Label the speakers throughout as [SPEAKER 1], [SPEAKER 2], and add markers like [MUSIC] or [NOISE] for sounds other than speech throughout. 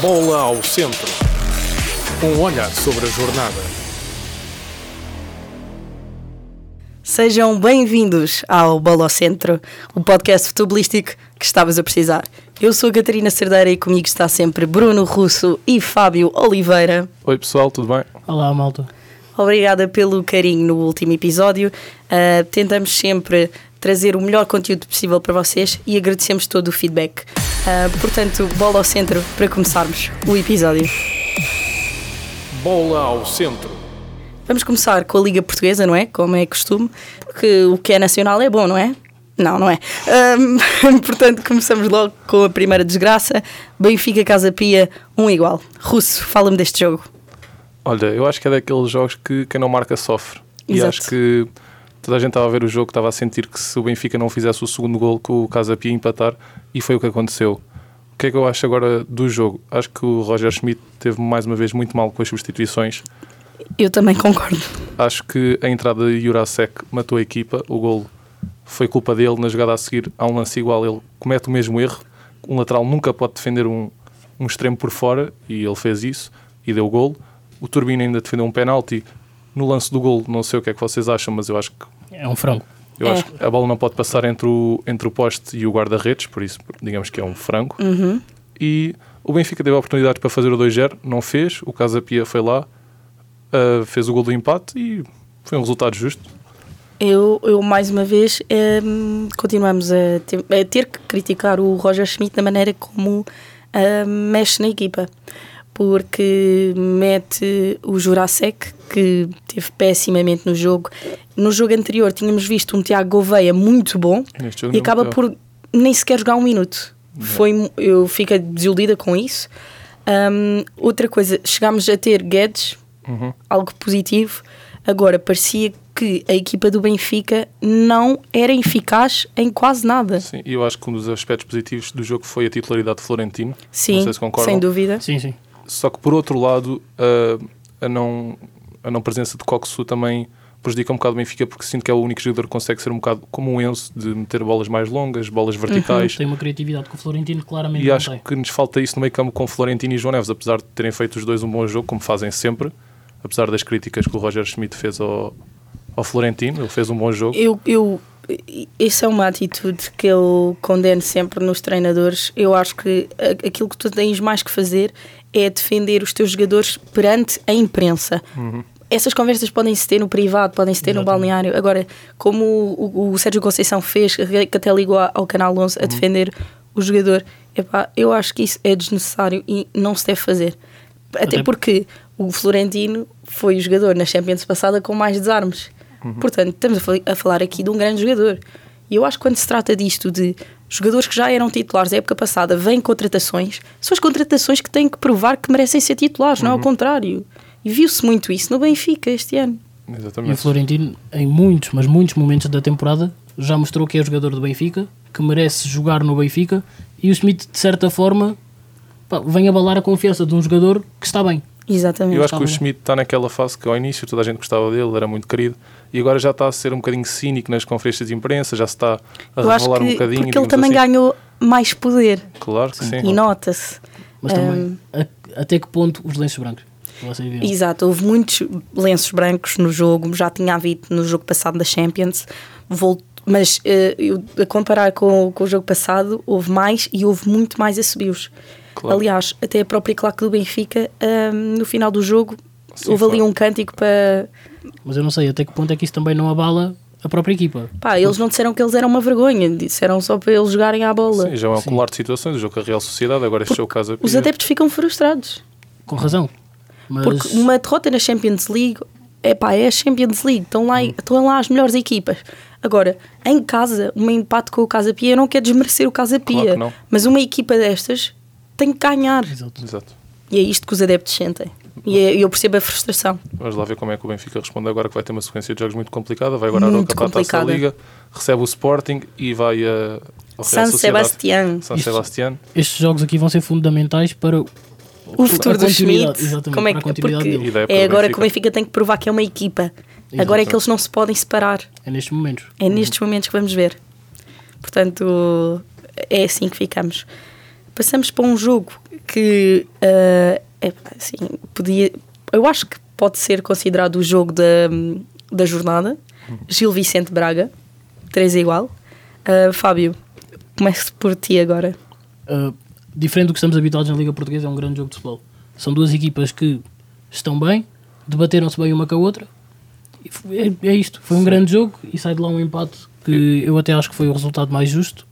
[SPEAKER 1] Bola ao centro. Um olhar sobre a jornada.
[SPEAKER 2] Sejam bem-vindos ao Bola ao Centro, o podcast futebolístico que estavas a precisar. Eu sou a Catarina Cerdeira e comigo está sempre Bruno Russo e Fábio Oliveira.
[SPEAKER 3] Oi pessoal, tudo bem?
[SPEAKER 4] Olá, malta.
[SPEAKER 2] Obrigada pelo carinho no último episódio. Ah, tentamos sempre trazer o melhor conteúdo possível para vocês e agradecemos todo o feedback. Ah, portanto, bola ao centro para começarmos o episódio.
[SPEAKER 1] Bola ao centro.
[SPEAKER 2] Vamos começar com a Liga Portuguesa, não é? Como é costume, porque o que é nacional é bom, não é? Não, não é. Ahm, [LAUGHS] portanto, começamos logo com a primeira desgraça. Benfica Casa Pia, um igual. Russo, fala-me deste jogo.
[SPEAKER 3] Olha, eu acho que é daqueles jogos que quem não marca sofre. E
[SPEAKER 2] Exato.
[SPEAKER 3] acho que toda a gente estava a ver o jogo, estava a sentir que se o Benfica não fizesse o segundo gol, que o Casa Pia ia empatar, e foi o que aconteceu. O que é que eu acho agora do jogo? Acho que o Roger Schmidt teve mais uma vez muito mal com as substituições.
[SPEAKER 2] Eu também concordo.
[SPEAKER 3] Acho que a entrada de Jurasek matou a equipa. O gol foi culpa dele. Na jogada a seguir há um lance igual. Ele comete o mesmo erro. Um lateral nunca pode defender um, um extremo por fora e ele fez isso e deu o gol. O Turbina ainda defendeu um penalti. No lance do gol, não sei o que é que vocês acham, mas eu acho que,
[SPEAKER 4] É um frango.
[SPEAKER 3] eu
[SPEAKER 2] É.
[SPEAKER 3] acho que a bola não pode passar entre o, entre o poste e o guarda-redes, por isso digamos que é um frango.
[SPEAKER 2] Uhum.
[SPEAKER 3] E o Benfica teve a oportunidade para fazer o 2-0, não fez. O Casapia foi lá, ah, fez o gol do empate e foi um resultado justo.
[SPEAKER 2] Eu, eu mais uma vez, ahm, continuamos a ter, a ter que criticar o Roger Schmidt da maneira como ahm, mexe na equipa. Porque mete o Jurasek, que teve pessimamente no jogo. No jogo anterior tínhamos visto um Tiago Gouveia muito bom
[SPEAKER 3] Neste jogo
[SPEAKER 2] e
[SPEAKER 3] não
[SPEAKER 2] acaba
[SPEAKER 3] bateu.
[SPEAKER 2] por nem sequer jogar um minuto. Foi, mu- eu fico desiludida com isso. Ahm, outra coisa, chegámos a ter Guedes,
[SPEAKER 3] Uhum.
[SPEAKER 2] algo positivo. Agora, parecia que a equipa do Benfica não era eficaz em quase nada.
[SPEAKER 3] Sim, e eu acho que um dos aspectos positivos do jogo foi a titularidade de Florentino.
[SPEAKER 2] Sim,
[SPEAKER 3] não sei se concordam.
[SPEAKER 2] sem dúvida.
[SPEAKER 4] Sim, sim.
[SPEAKER 3] Só que por outro lado, eh, a, a não, a não presença de Coxu também prejudica um bocado o Benfica, porque sinto que é o único jogador que consegue ser um bocado como um Enzo, de meter bolas mais longas, bolas
[SPEAKER 2] Uhum.
[SPEAKER 3] verticais.
[SPEAKER 4] Tem uma criatividade que o Florentino claramente
[SPEAKER 3] E
[SPEAKER 4] não
[SPEAKER 3] acho
[SPEAKER 4] tem.
[SPEAKER 3] que nos falta isso no meio campo com Florentino e João Neves, apesar de terem feito os dois um bom jogo, como fazem sempre, apesar das críticas que o Roger Schmidt fez ao, ao Florentino, ele fez um bom jogo.
[SPEAKER 2] Eu, eu, isso é uma atitude que eu condeno sempre nos treinadores. Eu acho que a- aquilo que tu tens mais que fazer é defender os teus jogadores perante a imprensa. Essas conversas podem-se ter no privado, podem-se ter no balneário. Agora, como o, o- o Sérgio Conceição fez, que que até ligou a- ao Canal 11 a defender o jogador, epá, eu acho que isso é desnecessário e não se deve fazer. Até
[SPEAKER 4] Até-
[SPEAKER 2] porque o Florentino foi o jogador na Champions passada com mais desarmes.
[SPEAKER 3] Uhum.
[SPEAKER 2] Portanto, estamos a, fal- a falar aqui de um grande jogador. E eu acho que quando se trata disto de jogadores que já eram titulares da época passada, vêm contratações, são as contratações que têm que provar que merecem ser titulares,
[SPEAKER 3] Uhum.
[SPEAKER 2] não é ao contrário. E viu-se muito isso no Benfica este ano.
[SPEAKER 4] E o
[SPEAKER 3] Exatamente.
[SPEAKER 4] Florentino, em muitos, mas muitos momentos da temporada, já mostrou que é jogador do Benfica, que merece jogar no Benfica, e o Smith, de certa forma, pá, vem abalar a confiança de um jogador que está bem.
[SPEAKER 2] Exatamente.
[SPEAKER 3] Eu acho que o
[SPEAKER 4] Gostava, né?
[SPEAKER 3] Schmidt está naquela fase que ao início toda a gente gostava dele, era muito querido, e agora já está a ser um bocadinho cínico nas conferências de imprensa, já se está a
[SPEAKER 2] Eu acho
[SPEAKER 3] revelar um
[SPEAKER 2] que
[SPEAKER 3] bocadinho.
[SPEAKER 2] porque ele
[SPEAKER 3] digamos
[SPEAKER 2] também
[SPEAKER 3] assim.
[SPEAKER 2] ganhou mais poder
[SPEAKER 3] Claro que sim.
[SPEAKER 2] e nota-se.
[SPEAKER 4] Mas também, a- até que ponto os lenços brancos? Vocês viram?
[SPEAKER 2] Exato, houve muitos lenços brancos no jogo, já tinha havido no jogo passado da Champions, Volt- mas eh, eu- a comparar com, com o jogo passado, houve mais e houve muito mais a subiu-os.
[SPEAKER 3] Claro.
[SPEAKER 2] Aliás, até a própria claque do Benfica, ah, no final do jogo,
[SPEAKER 3] Sim,
[SPEAKER 2] houve ali
[SPEAKER 3] foi.
[SPEAKER 2] um cântico para.
[SPEAKER 4] Mas eu não sei até que ponto é que isso também não abala a própria equipa.
[SPEAKER 2] Pá, eles não disseram que eles eram uma vergonha, disseram só para eles jogarem à bola.
[SPEAKER 3] Sim, já é um acumular de situações, o jogo com a Real Sociedade, agora este é o caso
[SPEAKER 2] Os adeptos ficam frustrados.
[SPEAKER 4] Com razão. Mas
[SPEAKER 2] Porque uma derrota na Champions League é pá, é a Champions League, estão lá,
[SPEAKER 4] Hum.
[SPEAKER 2] estão lá as melhores equipas. Agora, em casa, um empate com o Casa Pia, eu não quero desmerecer o Casa Pia,
[SPEAKER 3] Claro que não.
[SPEAKER 2] mas uma equipa destas tem que ganhar.
[SPEAKER 4] Exato.
[SPEAKER 3] Exato.
[SPEAKER 2] E é isto que os adeptos sentem. E é- eu percebo a frustração.
[SPEAKER 3] Vamos lá ver como é que o Benfica responde agora, que vai ter uma sequência de jogos muito complicada. Vai agora
[SPEAKER 2] Muito
[SPEAKER 3] a para a taça da
[SPEAKER 2] complicada.
[SPEAKER 3] Liga, recebe o Sporting e vai a. ao Real
[SPEAKER 2] San
[SPEAKER 3] Sociedade.
[SPEAKER 2] Sebastián.
[SPEAKER 3] San
[SPEAKER 4] Isto-
[SPEAKER 3] Sebastián.
[SPEAKER 4] Estes jogos aqui vão ser fundamentais para
[SPEAKER 2] O futuro
[SPEAKER 4] a
[SPEAKER 2] do
[SPEAKER 4] continuidade,
[SPEAKER 2] Schmidt,
[SPEAKER 4] exatamente,
[SPEAKER 2] como é
[SPEAKER 4] para a
[SPEAKER 2] que,
[SPEAKER 4] continuidade
[SPEAKER 2] porque
[SPEAKER 4] dele.
[SPEAKER 3] E da época
[SPEAKER 2] é
[SPEAKER 3] do
[SPEAKER 2] agora
[SPEAKER 3] Benfica.
[SPEAKER 2] que o Benfica tem que provar que é uma equipa. Agora é que eles não se podem separar.
[SPEAKER 4] É nestes momentos.
[SPEAKER 2] É nestes momentos que vamos ver. Portanto, é assim que ficamos. Passamos para um jogo que ah, é, pá, assim, podia, eu acho que pode ser considerado o jogo da, da jornada. Gil Vicente Braga, 3 é igual. Ah, Fábio, começo por ti agora.
[SPEAKER 4] Uh, diferente do que estamos habituados na Liga Portuguesa, é um grande jogo de futebol. São duas equipas que estão bem, debateram-se bem uma com a outra. E f- é, é isto. Foi um grande jogo e sai de lá um empate que eu até acho que foi o resultado mais justo.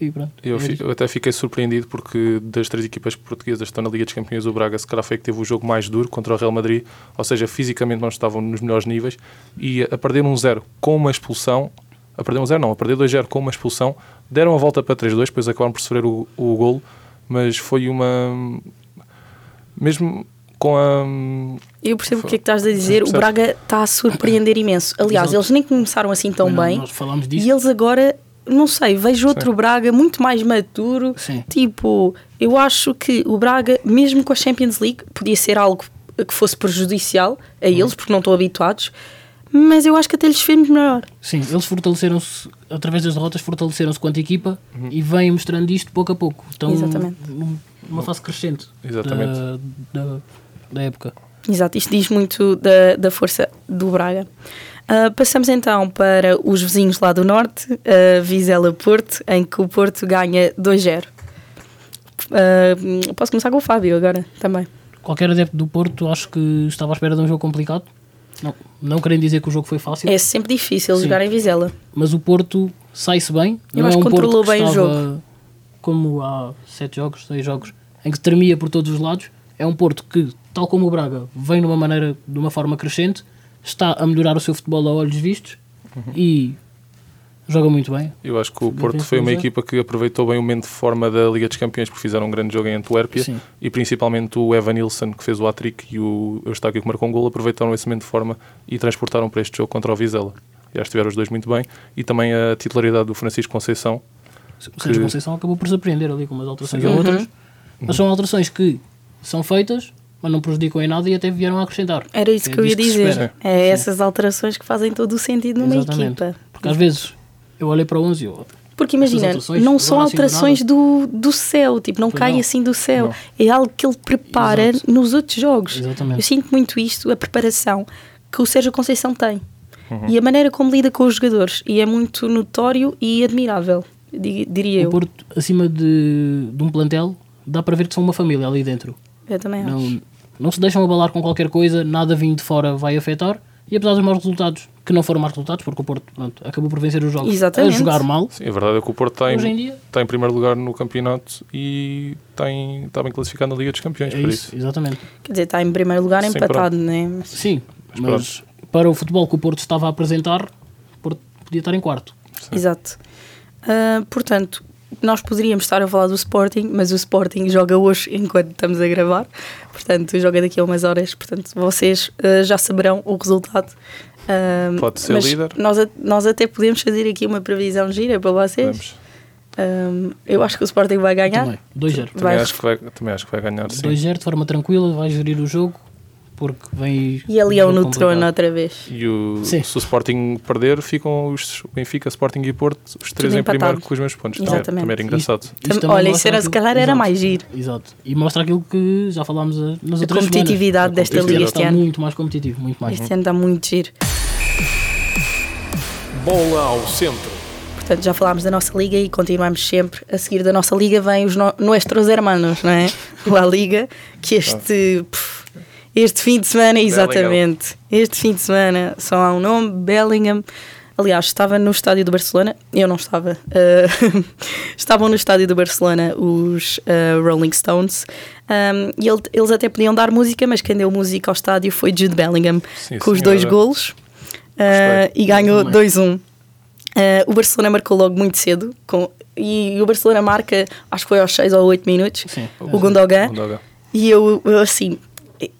[SPEAKER 4] E pronto.
[SPEAKER 3] Eu,
[SPEAKER 4] é
[SPEAKER 3] fi-
[SPEAKER 4] isto.
[SPEAKER 3] eu até fiquei surpreendido porque das três equipas portuguesas que estão na Liga dos Campeões, o Braga se calhar foi a que teve o jogo mais duro contra o Real Madrid, ou seja, fisicamente não estavam nos melhores níveis e a perder um zero com uma expulsão, a perder um zero não, a perder 2-0 com uma expulsão, deram a volta para 3-2, depois acabaram por sofrer o, o golo, mas foi uma... mesmo com a...
[SPEAKER 2] Eu percebo o que é que estás a dizer. O
[SPEAKER 3] Percebes?
[SPEAKER 2] Braga está a surpreender imenso. Aliás,
[SPEAKER 4] Exato.
[SPEAKER 2] eles nem começaram assim tão
[SPEAKER 4] Não,
[SPEAKER 2] bem.
[SPEAKER 4] Nós falámos
[SPEAKER 2] E
[SPEAKER 4] disso.
[SPEAKER 2] eles agora, não sei, vejo outro Braga muito mais maduro.
[SPEAKER 4] Sim.
[SPEAKER 2] Tipo, eu acho que o Braga, mesmo com a Champions League, podia ser algo que fosse prejudicial a
[SPEAKER 4] Uhum.
[SPEAKER 2] eles, porque não estão habituados. Mas eu acho que até lhes fez melhor.
[SPEAKER 4] Sim, eles fortaleceram-se, através das derrotas, fortaleceram-se quanto equipa
[SPEAKER 3] Uhum.
[SPEAKER 4] e vêm mostrando isto pouco a pouco. Estão
[SPEAKER 2] Exatamente.
[SPEAKER 4] num- numa fase crescente da-
[SPEAKER 3] Exatamente.
[SPEAKER 4] da- da época.
[SPEAKER 2] Exato, isto diz muito da, da força do Braga. Ah, passamos então para os vizinhos lá do norte, ah, Vizela Porto, em que o Porto ganha 2-0. Ah, posso começar com o Fábio agora também.
[SPEAKER 4] Qualquer adepto do Porto acho que estava à espera de um jogo complicado. Não, não querem dizer que o jogo foi fácil,
[SPEAKER 2] É sempre difícil
[SPEAKER 4] Sim.
[SPEAKER 2] jogar em Vizela.
[SPEAKER 4] mas o Porto sai-se bem.
[SPEAKER 2] Eu
[SPEAKER 4] não
[SPEAKER 2] acho
[SPEAKER 4] é um
[SPEAKER 2] que
[SPEAKER 4] Porto
[SPEAKER 2] controlou
[SPEAKER 4] que
[SPEAKER 2] bem o
[SPEAKER 4] estava, Como há sete jogos, seis jogos, em que tremia por todos os lados. É um Porto que, tal como o Braga, vem de uma maneira, de uma forma crescente, está a melhorar o seu futebol a olhos vistos e joga muito bem.
[SPEAKER 3] Eu acho que o
[SPEAKER 4] Devem
[SPEAKER 3] Porto foi uma
[SPEAKER 4] fazer.
[SPEAKER 3] equipa que aproveitou bem o momento de forma da Liga dos Campeões, porque fizeram um grande jogo em Antuérpia
[SPEAKER 4] Sim.
[SPEAKER 3] e principalmente o Evan Nilsson, que fez o hat-trick, e o Eustáquio, que marcou um gol, aproveitaram esse momento de forma e transportaram para este jogo contra o Vizela. Já estiveram os dois muito bem e também a titularidade do Francisco Conceição.
[SPEAKER 4] O Sérgio
[SPEAKER 3] Que- Uhum.
[SPEAKER 4] Conceição acabou por surpreender ali com umas alterações ou outras, mas são alterações que são feitas, mas não prejudicam em nada e até vieram a acrescentar.
[SPEAKER 2] Era isso
[SPEAKER 4] É
[SPEAKER 2] que eu ia
[SPEAKER 4] disso que se
[SPEAKER 2] dizer.
[SPEAKER 4] espera.
[SPEAKER 2] É essas alterações que fazem todo o sentido numa
[SPEAKER 4] Exatamente.
[SPEAKER 2] equipa.
[SPEAKER 4] Porque às vezes eu olhei para 11 e eu, um
[SPEAKER 2] Porque imagina,
[SPEAKER 4] Essas alterações
[SPEAKER 2] não
[SPEAKER 4] não
[SPEAKER 2] são
[SPEAKER 4] nascem do
[SPEAKER 2] alterações do, do céu, tipo, não
[SPEAKER 4] Pois
[SPEAKER 2] cai
[SPEAKER 4] não.
[SPEAKER 2] assim do céu. É algo que ele prepara
[SPEAKER 4] Exato.
[SPEAKER 2] nos outros jogos.
[SPEAKER 4] Exatamente.
[SPEAKER 2] Eu sinto muito isto, a preparação que o Sérgio Conceição tem
[SPEAKER 4] Uhum.
[SPEAKER 2] e a maneira como lida com os jogadores. E é muito notório e admirável, di- diria
[SPEAKER 4] o
[SPEAKER 2] eu.
[SPEAKER 4] Porto acima de, de um plantel, dá para ver que são uma família ali dentro.
[SPEAKER 2] Eu também acho.
[SPEAKER 4] Não, não se deixam abalar com qualquer coisa, nada vindo de fora vai afetar. E apesar dos maus resultados, que não foram maus resultados, porque o Porto pronto, acabou por vencer os jogos
[SPEAKER 2] Exatamente.
[SPEAKER 4] a jogar mal,
[SPEAKER 3] Sim, a verdade é que o Porto está
[SPEAKER 4] Hoje em
[SPEAKER 3] em,
[SPEAKER 4] dia-
[SPEAKER 3] está em primeiro lugar no campeonato e está, em- está bem classificado na Liga dos Campeões,
[SPEAKER 4] é
[SPEAKER 3] por
[SPEAKER 4] isso,
[SPEAKER 3] isso.
[SPEAKER 4] exatamente.
[SPEAKER 2] Quer dizer, está em primeiro lugar
[SPEAKER 3] Sem
[SPEAKER 2] empatado, né?
[SPEAKER 4] Sim, mas para o futebol que o Porto estava a apresentar, o Porto podia estar em quarto.
[SPEAKER 2] Exato. Ah, portanto, nós poderíamos estar a falar do Sporting, mas o Sporting joga hoje enquanto estamos a gravar. Portanto, joga daqui a umas horas. Portanto, vocês ah, já saberão o resultado. Ah,
[SPEAKER 3] Pode ser
[SPEAKER 2] mas
[SPEAKER 3] líder.
[SPEAKER 2] Nós, a- nós até podemos fazer aqui uma previsão gira para vocês.
[SPEAKER 4] É
[SPEAKER 3] Vamos.
[SPEAKER 2] Ah, eu acho que o Sporting vai ganhar.
[SPEAKER 4] Também, 2-0.
[SPEAKER 3] Também,
[SPEAKER 2] Vai-
[SPEAKER 3] acho que vai, também acho que vai ganhar, sim.
[SPEAKER 4] 2-0 de forma tranquila, vai gerir o jogo, porque vem.
[SPEAKER 2] E a Leão
[SPEAKER 4] um jogo
[SPEAKER 2] no trono
[SPEAKER 4] complicado.
[SPEAKER 2] outra vez.
[SPEAKER 3] E o, se
[SPEAKER 4] Sim.
[SPEAKER 3] o Sporting perder, ficam os Benfica, Sporting e Porto, os três em
[SPEAKER 2] empatado.
[SPEAKER 3] primeiro com os meus pontos. Também-
[SPEAKER 2] Exatamente.
[SPEAKER 3] Também era engraçado.
[SPEAKER 4] Isto
[SPEAKER 2] é? Tam-
[SPEAKER 4] também
[SPEAKER 2] olha,
[SPEAKER 4] mostra
[SPEAKER 2] isso era, se
[SPEAKER 4] aquilo-
[SPEAKER 2] calhar era
[SPEAKER 4] Exato.
[SPEAKER 2] mais giro.
[SPEAKER 4] Exato. E mostra aquilo que já falámos a- nas outras
[SPEAKER 2] competitividade
[SPEAKER 4] semanas.
[SPEAKER 2] desta
[SPEAKER 4] Este
[SPEAKER 3] liga
[SPEAKER 4] ano
[SPEAKER 2] este
[SPEAKER 4] está
[SPEAKER 2] ano.
[SPEAKER 4] muito mais competitivo, muito mais.
[SPEAKER 2] Este ano está muito giro.
[SPEAKER 1] Bola ao centro.
[SPEAKER 2] Portanto, já falámos da nossa liga e continuamos sempre. A seguir da nossa liga vem os no nuestros hermanos,
[SPEAKER 3] [LAUGHS]
[SPEAKER 2] não é? La Liga, que este, puf, este fim de semana, exatamente, este fim de semana só há um nome, Bellingham. Aliás, estava no estádio do Barcelona, eu não estava. eh, [LAUGHS] estavam no estádio do Barcelona os eh, Rolling Stones um, e ele- eles até podiam dar música, mas quem deu música ao estádio foi Jude Bellingham,
[SPEAKER 3] Sim,
[SPEAKER 2] com os dois
[SPEAKER 3] senhora.
[SPEAKER 2] golos eh, e ganhou 2-1. Eh, o Barcelona marcou logo muito cedo com- e o Barcelona marca, acho que foi aos 6 ou 8 minutos,
[SPEAKER 4] Sim.
[SPEAKER 2] o Gundogan.
[SPEAKER 3] Gundogan.
[SPEAKER 2] E eu, eu, assim,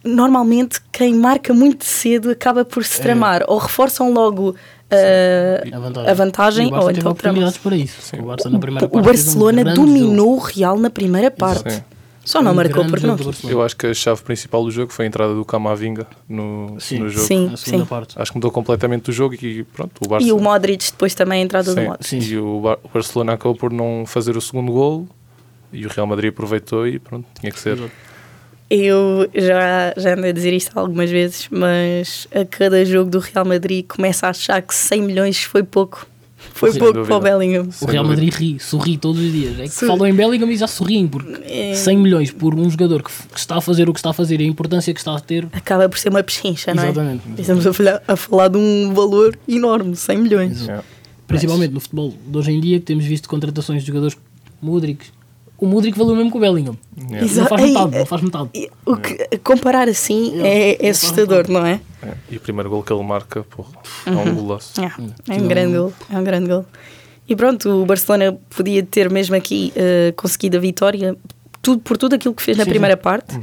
[SPEAKER 2] normalmente quem marca muito cedo acaba por se tramar ou reforçam logo eh,
[SPEAKER 4] É. A
[SPEAKER 2] a vantagem
[SPEAKER 4] E o Barça
[SPEAKER 2] ou
[SPEAKER 4] teve
[SPEAKER 2] então tramam.
[SPEAKER 4] oportunidades para isso. O Barça na primeira
[SPEAKER 2] O
[SPEAKER 4] parte fez um
[SPEAKER 2] Barcelona
[SPEAKER 4] grande jogo.
[SPEAKER 2] dominou o Real na primeira parte.
[SPEAKER 3] Sim.
[SPEAKER 2] Só não
[SPEAKER 4] Um
[SPEAKER 2] marcou
[SPEAKER 4] grande
[SPEAKER 2] por
[SPEAKER 4] jogo do
[SPEAKER 2] não.
[SPEAKER 4] Barcelona.
[SPEAKER 3] Eu acho que a chave principal do jogo foi a entrada do Camavinga no,
[SPEAKER 4] Sim.
[SPEAKER 3] no jogo.
[SPEAKER 2] Sim,
[SPEAKER 4] Na segunda
[SPEAKER 2] sim.
[SPEAKER 4] parte.
[SPEAKER 3] Acho que mudou completamente o jogo e pronto, o Barça.
[SPEAKER 2] E o Modric depois também a entrada do
[SPEAKER 3] Sim.
[SPEAKER 2] Modric.
[SPEAKER 4] Sim.
[SPEAKER 3] E o Bar- o Barcelona acabou por não fazer o segundo gol E o Real Madrid aproveitou e pronto, tinha que ser.
[SPEAKER 2] Eu já, já andei a dizer isto algumas vezes, mas a cada jogo do Real Madrid começa a achar que 100 milhões foi pouco. Foi
[SPEAKER 3] Sem
[SPEAKER 2] pouco
[SPEAKER 3] dúvida.
[SPEAKER 2] para o Bellingham.
[SPEAKER 4] O
[SPEAKER 3] Sem
[SPEAKER 4] Real
[SPEAKER 3] dúvida.
[SPEAKER 4] Madrid ri, sorri todos os dias. É que
[SPEAKER 2] Sim.
[SPEAKER 4] falam em Bellingham e já sorriem, porque
[SPEAKER 2] É.
[SPEAKER 4] 100 milhões por um jogador que, f- que está a fazer o que está a fazer e a importância que está a ter.
[SPEAKER 2] Acaba por ser uma pechincha, não é?
[SPEAKER 4] Exatamente.
[SPEAKER 2] Estamos a falar, a falar de um valor enorme, 100 milhões.
[SPEAKER 3] Yeah.
[SPEAKER 4] Principalmente no futebol de hoje em dia, que temos visto contratações de jogadores Mudrik. O Mudrik valeu mesmo que o Bellingham.
[SPEAKER 3] Yeah.
[SPEAKER 2] Exa-
[SPEAKER 4] Não faz
[SPEAKER 2] Ei, é-
[SPEAKER 4] metade, não faz metade.
[SPEAKER 2] E O que, comparar assim é, é assustador, não é?
[SPEAKER 3] É. E o primeiro gol que ele marca, porra, é um golaço.
[SPEAKER 4] Hum,
[SPEAKER 2] É, é um grande gol, é um grande gol. E pronto, o Barcelona podia ter mesmo aqui eh, conseguido a vitória tudo, por tudo aquilo que fez na
[SPEAKER 4] Sim, Uhum.
[SPEAKER 2] primeira parte,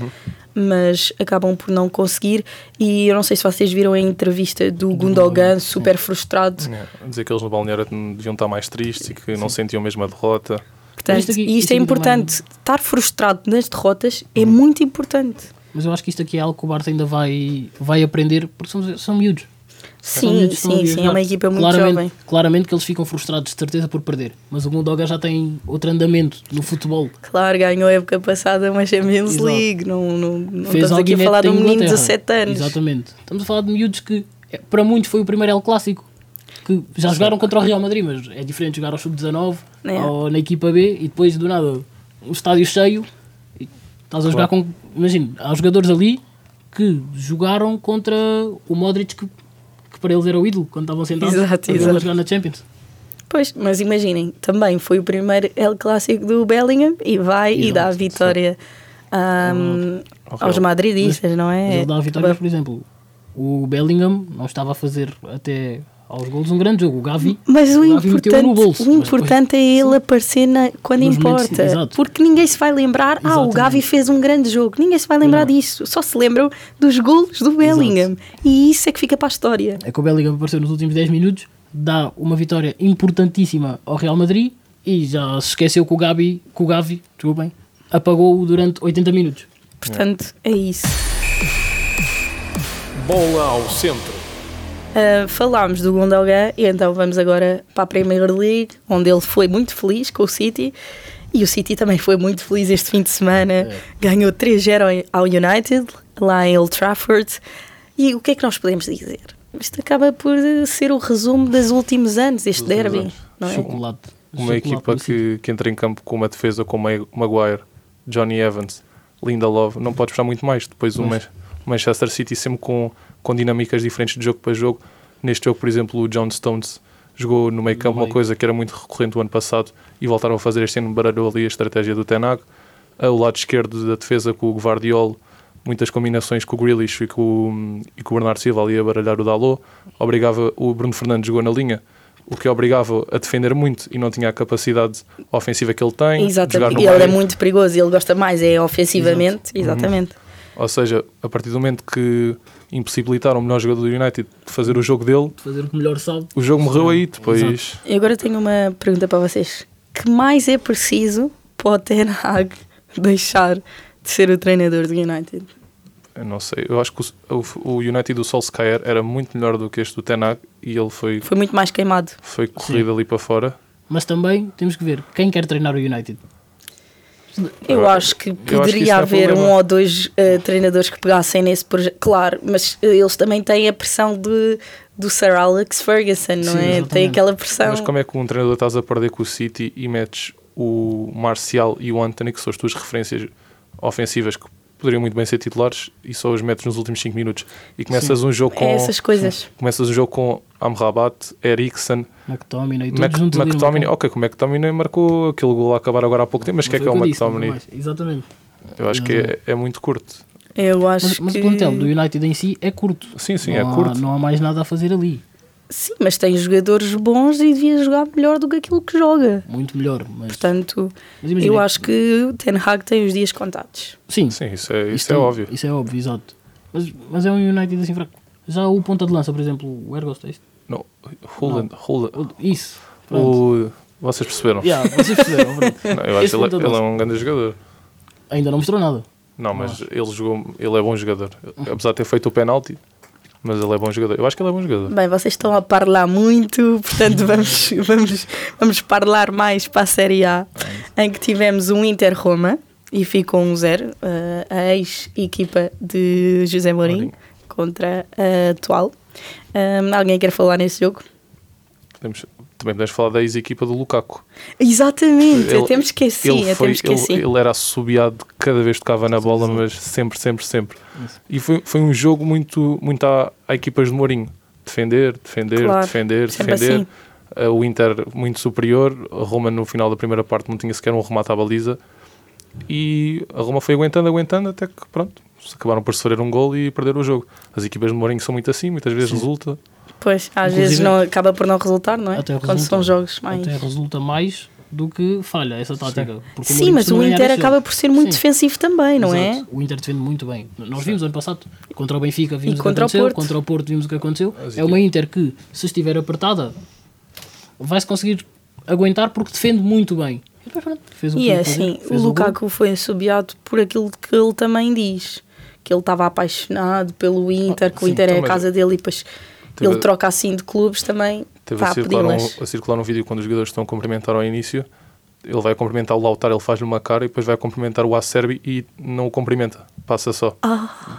[SPEAKER 2] mas acabam por não conseguir. E eu não sei se vocês viram a entrevista do Gundogan, super frustrado.
[SPEAKER 4] Uhum.
[SPEAKER 3] Yeah. Dizer que eles no balneário deviam estar mais tristes e que não sentiam mesmo a derrota.
[SPEAKER 2] Portanto,
[SPEAKER 4] Isto aqui-
[SPEAKER 2] e
[SPEAKER 4] isto
[SPEAKER 2] isto é
[SPEAKER 4] aqui
[SPEAKER 2] importante. Estar frustrado nas derrotas
[SPEAKER 4] Uhum.
[SPEAKER 2] é muito importante.
[SPEAKER 4] Mas eu acho que isto aqui é algo que o Barça ainda vai, vai aprender, porque são, são miúdos. São
[SPEAKER 2] Sim,
[SPEAKER 4] miúdos que estão
[SPEAKER 2] sim,
[SPEAKER 4] ali a
[SPEAKER 2] sim. É
[SPEAKER 4] jogar.
[SPEAKER 2] uma equipa muito
[SPEAKER 4] claramente,
[SPEAKER 2] jovem.
[SPEAKER 4] Claramente que eles ficam frustrados, de certeza, por perder. Mas o Gundogan já tem outro andamento no futebol.
[SPEAKER 2] Claro, ganhou a época passada uma Champions
[SPEAKER 4] Exato.
[SPEAKER 2] League. Não, não, não
[SPEAKER 4] Fez
[SPEAKER 2] estamos
[SPEAKER 4] ao
[SPEAKER 2] aqui a
[SPEAKER 4] Guinete
[SPEAKER 2] falar de
[SPEAKER 4] da
[SPEAKER 2] um menino de
[SPEAKER 4] Inglaterra.
[SPEAKER 2] 17 anos.
[SPEAKER 4] Exatamente. Estamos a falar de miúdos que, é, para muitos, foi o primeiro El Clássico. Que já jogaram contra o Real Madrid, mas é diferente jogar ao Sub-19
[SPEAKER 2] É.
[SPEAKER 4] ou na equipa B e depois, do nada, um estádio cheio. E estás a jogar com. Imagina, há jogadores ali que jogaram contra o Modric, que, que para eles era o ídolo quando estavam sentados
[SPEAKER 2] Exato,
[SPEAKER 4] quando ele
[SPEAKER 2] exato.
[SPEAKER 4] a jogar na Champions.
[SPEAKER 2] Pois, mas imaginem, também foi o primeiro El Clássico do Bellingham e vai e
[SPEAKER 4] Exato,
[SPEAKER 2] dá a vitória ahm, aos madridistas, não
[SPEAKER 4] Hum, Mas
[SPEAKER 2] é?
[SPEAKER 4] ele dá a vitória, mas, por exemplo, o Bellingham não estava a fazer até aos gols um grande jogo. O Gavi,
[SPEAKER 2] Mas o,
[SPEAKER 4] Gavi meteu
[SPEAKER 2] importante,
[SPEAKER 4] no bolso,
[SPEAKER 2] o
[SPEAKER 4] mas
[SPEAKER 2] importante é ele aparecer na- quando
[SPEAKER 4] Nos momentos,
[SPEAKER 2] importa.
[SPEAKER 4] exato.
[SPEAKER 2] porque ninguém se vai lembrar, ah, o
[SPEAKER 4] Exatamente.
[SPEAKER 2] Gavi fez um grande jogo. Ninguém se vai lembrar disso. Só se lembram dos golos do Bellingham. E isso é que fica para a história.
[SPEAKER 4] é que o Bellingham apareceu nos últimos 10 minutos, dá uma vitória importantíssima ao Real Madrid e já se esqueceu que o Gavi, que o Gavi desculpem, apagou-o durante 80 minutos.
[SPEAKER 2] Portanto, é isso.
[SPEAKER 1] Bola ao centro.
[SPEAKER 2] Uh, falámos do Gundogan e então vamos agora para a Premier League, onde ele foi muito feliz com o City e o City também foi muito feliz este fim de semana.
[SPEAKER 3] É.
[SPEAKER 2] Ganhou 3-0 ao United, lá em Old Trafford. E o que é que nós podemos dizer? Isto acaba por eh, ser o resumo dos últimos anos, este
[SPEAKER 3] Dos últimos
[SPEAKER 2] derby,
[SPEAKER 3] anos.
[SPEAKER 2] não é?
[SPEAKER 4] Chocolate.
[SPEAKER 3] Uma
[SPEAKER 4] Chocolate
[SPEAKER 3] equipa
[SPEAKER 4] no sítio.
[SPEAKER 3] que, que entra em campo com uma defesa com Ma- Maguire, Johnny Evans, Linda Love, não pode puxar muito mais. Depois o Man- Manchester City sempre com, com dinâmicas diferentes de jogo para jogo. Neste jogo, por exemplo, o John Stones jogou no meio campo uma
[SPEAKER 4] meio.
[SPEAKER 3] coisa que era muito recorrente o ano passado e voltaram a fazer este ano, baralhou ali a estratégia do Tenag. O lado esquerdo da defesa com o Guardiol, muitas combinações com o Grealish e com, o- e com o Bernardo Silva ali a baralhar o Dalot. Obrigava, o Bruno Fernandes jogou na linha, o que obrigava a defender muito e não tinha a capacidade ofensiva que ele tem. de jogar
[SPEAKER 2] Exatamente.
[SPEAKER 3] no
[SPEAKER 2] E ele é
[SPEAKER 3] meio.
[SPEAKER 2] muito perigoso, ele gosta mais, é ofensivamente,
[SPEAKER 3] Uhum.
[SPEAKER 2] exatamente.
[SPEAKER 3] Ou seja, a partir do momento que impossibilitaram o melhor jogador do United de fazer o jogo dele,
[SPEAKER 4] De fazer o que melhor sabe.
[SPEAKER 3] o jogo morreu aí. Depois,
[SPEAKER 2] E agora tenho uma pergunta para vocês. Que mais é preciso para o Ten Hag [LAUGHS] deixar de ser o treinador do United?
[SPEAKER 3] eu não sei, eu acho que o, o- o United do Solskjaer era muito melhor do que este do Tenag e ele foi,
[SPEAKER 2] Foi muito mais queimado.
[SPEAKER 3] foi corrido ali para fora.
[SPEAKER 4] Mas também temos que ver quem quer treinar o United.
[SPEAKER 2] Eu,
[SPEAKER 3] Eu-
[SPEAKER 2] acho que
[SPEAKER 3] eu acho que isso
[SPEAKER 2] poderia
[SPEAKER 3] não é
[SPEAKER 2] haver um
[SPEAKER 3] problema.
[SPEAKER 2] ou dois eh, treinadores que pegassem nesse projeto. Claro, mas eh, eles também têm a pressão de, do Sir Alex Ferguson, não
[SPEAKER 4] Sim,
[SPEAKER 2] é? Tem
[SPEAKER 4] exatamente.
[SPEAKER 2] aquela pressão.
[SPEAKER 3] Mas como é que um treinador estás a perder com o City e metes o Marcial e o Anthony, que são as tuas referências ofensivas que poderiam muito bem ser titulares, e só os metes nos últimos 5 minutos e começas um jogo com
[SPEAKER 2] É essas coisas.
[SPEAKER 3] começas o jogo com Amrabat, Eriksen,
[SPEAKER 4] McTominay, todos
[SPEAKER 3] Mac-
[SPEAKER 4] juntos ali no
[SPEAKER 3] McTominay.
[SPEAKER 4] campo.
[SPEAKER 3] Ok, como é que o McTominay marcou aquele gol a acabar agora há pouco tempo, mas o que é
[SPEAKER 4] Mas
[SPEAKER 3] que é o
[SPEAKER 4] foi disse, nunca
[SPEAKER 3] McTominay?
[SPEAKER 4] mais. Exatamente.
[SPEAKER 3] Eu acho que é, é muito curto.
[SPEAKER 2] Eu acho
[SPEAKER 4] Mas, mas
[SPEAKER 2] que...
[SPEAKER 4] o plantel do United em si é curto.
[SPEAKER 3] Sim, sim,
[SPEAKER 4] não
[SPEAKER 3] é
[SPEAKER 4] há,
[SPEAKER 3] curto.
[SPEAKER 4] Não há mais nada a fazer ali.
[SPEAKER 2] Sim, mas tem jogadores bons e devia jogar melhor do que aquilo que joga.
[SPEAKER 4] Muito melhor. Mas,
[SPEAKER 2] Portanto,
[SPEAKER 4] Mas imagina
[SPEAKER 2] eu
[SPEAKER 4] que-
[SPEAKER 2] acho que o Ten Hag tem os dias contados.
[SPEAKER 4] sim,
[SPEAKER 3] Sim, isso é, isso
[SPEAKER 4] Isto
[SPEAKER 3] é óbvio.
[SPEAKER 4] Isso é óbvio, exato. Mas, mas é um United assim fraco. Já o ponta de lança, por exemplo, o Ergos, é isto?
[SPEAKER 3] Não, Holland, Holland.
[SPEAKER 4] O- Isso. Pronto.
[SPEAKER 3] O, vocês perceberam?
[SPEAKER 4] Yeah, vocês perceberam, pronto.
[SPEAKER 3] Não, eu acho
[SPEAKER 4] Esse
[SPEAKER 3] que ele,
[SPEAKER 4] ponta de
[SPEAKER 3] ele é
[SPEAKER 4] lança.
[SPEAKER 3] um grande jogador.
[SPEAKER 4] Ainda não mostrou nada.
[SPEAKER 3] Não, mas ele jogou, ele é bom jogador. Apesar de ter feito o penalti, mas ele é bom jogador. Eu acho que ele é bom jogador.
[SPEAKER 2] Bem, vocês estão a
[SPEAKER 3] [LAUGHS]
[SPEAKER 2] parlar muito, portanto vamos, vamos, vamos parlar mais para a Série A.
[SPEAKER 3] É
[SPEAKER 2] em que tivemos um Inter-Roma e ficou 1-0. eh, a ex-equipa de José Mourinho
[SPEAKER 3] Mourinho.
[SPEAKER 2] contra a atual. Ahm, alguém quer falar nesse jogo?
[SPEAKER 3] Podemos- também podemos falar da ex-equipa do Lukaku.
[SPEAKER 2] Exatamente,
[SPEAKER 3] Ele-
[SPEAKER 2] eu até me esqueci. eu assim. até me
[SPEAKER 3] ele,
[SPEAKER 2] esqueci.
[SPEAKER 3] ele era assobiado cada vez que tocava na bola, mas sempre, sempre, sempre. E foi, foi um jogo muito, muito a, equipas de Mourinho. Defender, defender,
[SPEAKER 2] Claro,
[SPEAKER 3] defender,
[SPEAKER 2] sempre
[SPEAKER 3] defender.
[SPEAKER 2] assim.
[SPEAKER 3] Eh, o Inter muito superior. A Roma no final da primeira parte não tinha sequer um remate à baliza. E a Roma foi aguentando, aguentando, até que pronto, se acabaram por sofrer um gol e perder o jogo. As equipas de Mourinho são muito assim, muitas vezes resulta.
[SPEAKER 2] Pois, às
[SPEAKER 4] Inclusive-
[SPEAKER 2] vezes não, acaba por não resultar, não é?
[SPEAKER 4] Até
[SPEAKER 2] Quando
[SPEAKER 4] resulta.
[SPEAKER 2] são jogos mais.
[SPEAKER 4] Até resulta mais do que falha essa tática. porque
[SPEAKER 2] Sim, mas
[SPEAKER 4] costuma
[SPEAKER 2] o
[SPEAKER 4] ganhar
[SPEAKER 2] Inter
[SPEAKER 4] esse jogo.
[SPEAKER 2] acaba por ser muito
[SPEAKER 4] Sim.
[SPEAKER 2] defensivo também, não é?
[SPEAKER 4] Exato. O Inter defende muito bem. Nós vimos ano passado, contra o Benfica,
[SPEAKER 2] E
[SPEAKER 4] vimos o que
[SPEAKER 2] contra o
[SPEAKER 4] aconteceu,
[SPEAKER 2] Porto.
[SPEAKER 4] contra o Porto, vimos o que aconteceu.
[SPEAKER 3] As
[SPEAKER 4] É uma Inter que, se estiver apertada, vai-se conseguir aguentar porque defende muito bem. E depois, pronto, fez
[SPEAKER 2] é?
[SPEAKER 4] o que
[SPEAKER 2] E
[SPEAKER 4] tinha
[SPEAKER 2] é
[SPEAKER 4] que fazer,
[SPEAKER 2] assim,
[SPEAKER 4] fez
[SPEAKER 2] o
[SPEAKER 4] gol.
[SPEAKER 2] Lukaku foi assobiado por aquilo que ele também diz. Que ele estava apaixonado pelo Inter, que o
[SPEAKER 3] Ah, sim,
[SPEAKER 2] Inter é a
[SPEAKER 3] também.
[SPEAKER 2] casa dele e depois
[SPEAKER 3] Teve-
[SPEAKER 2] ele troca assim de clubes também
[SPEAKER 3] Teve
[SPEAKER 2] para
[SPEAKER 3] a circular, um,
[SPEAKER 2] pedi-las.
[SPEAKER 3] a circular um vídeo quando os jogadores estão a cumprimentar ao início. Ele vai cumprimentar o Lautaro, ele faz-lhe uma cara e depois vai cumprimentar o Acerbi e não o cumprimenta, passa só.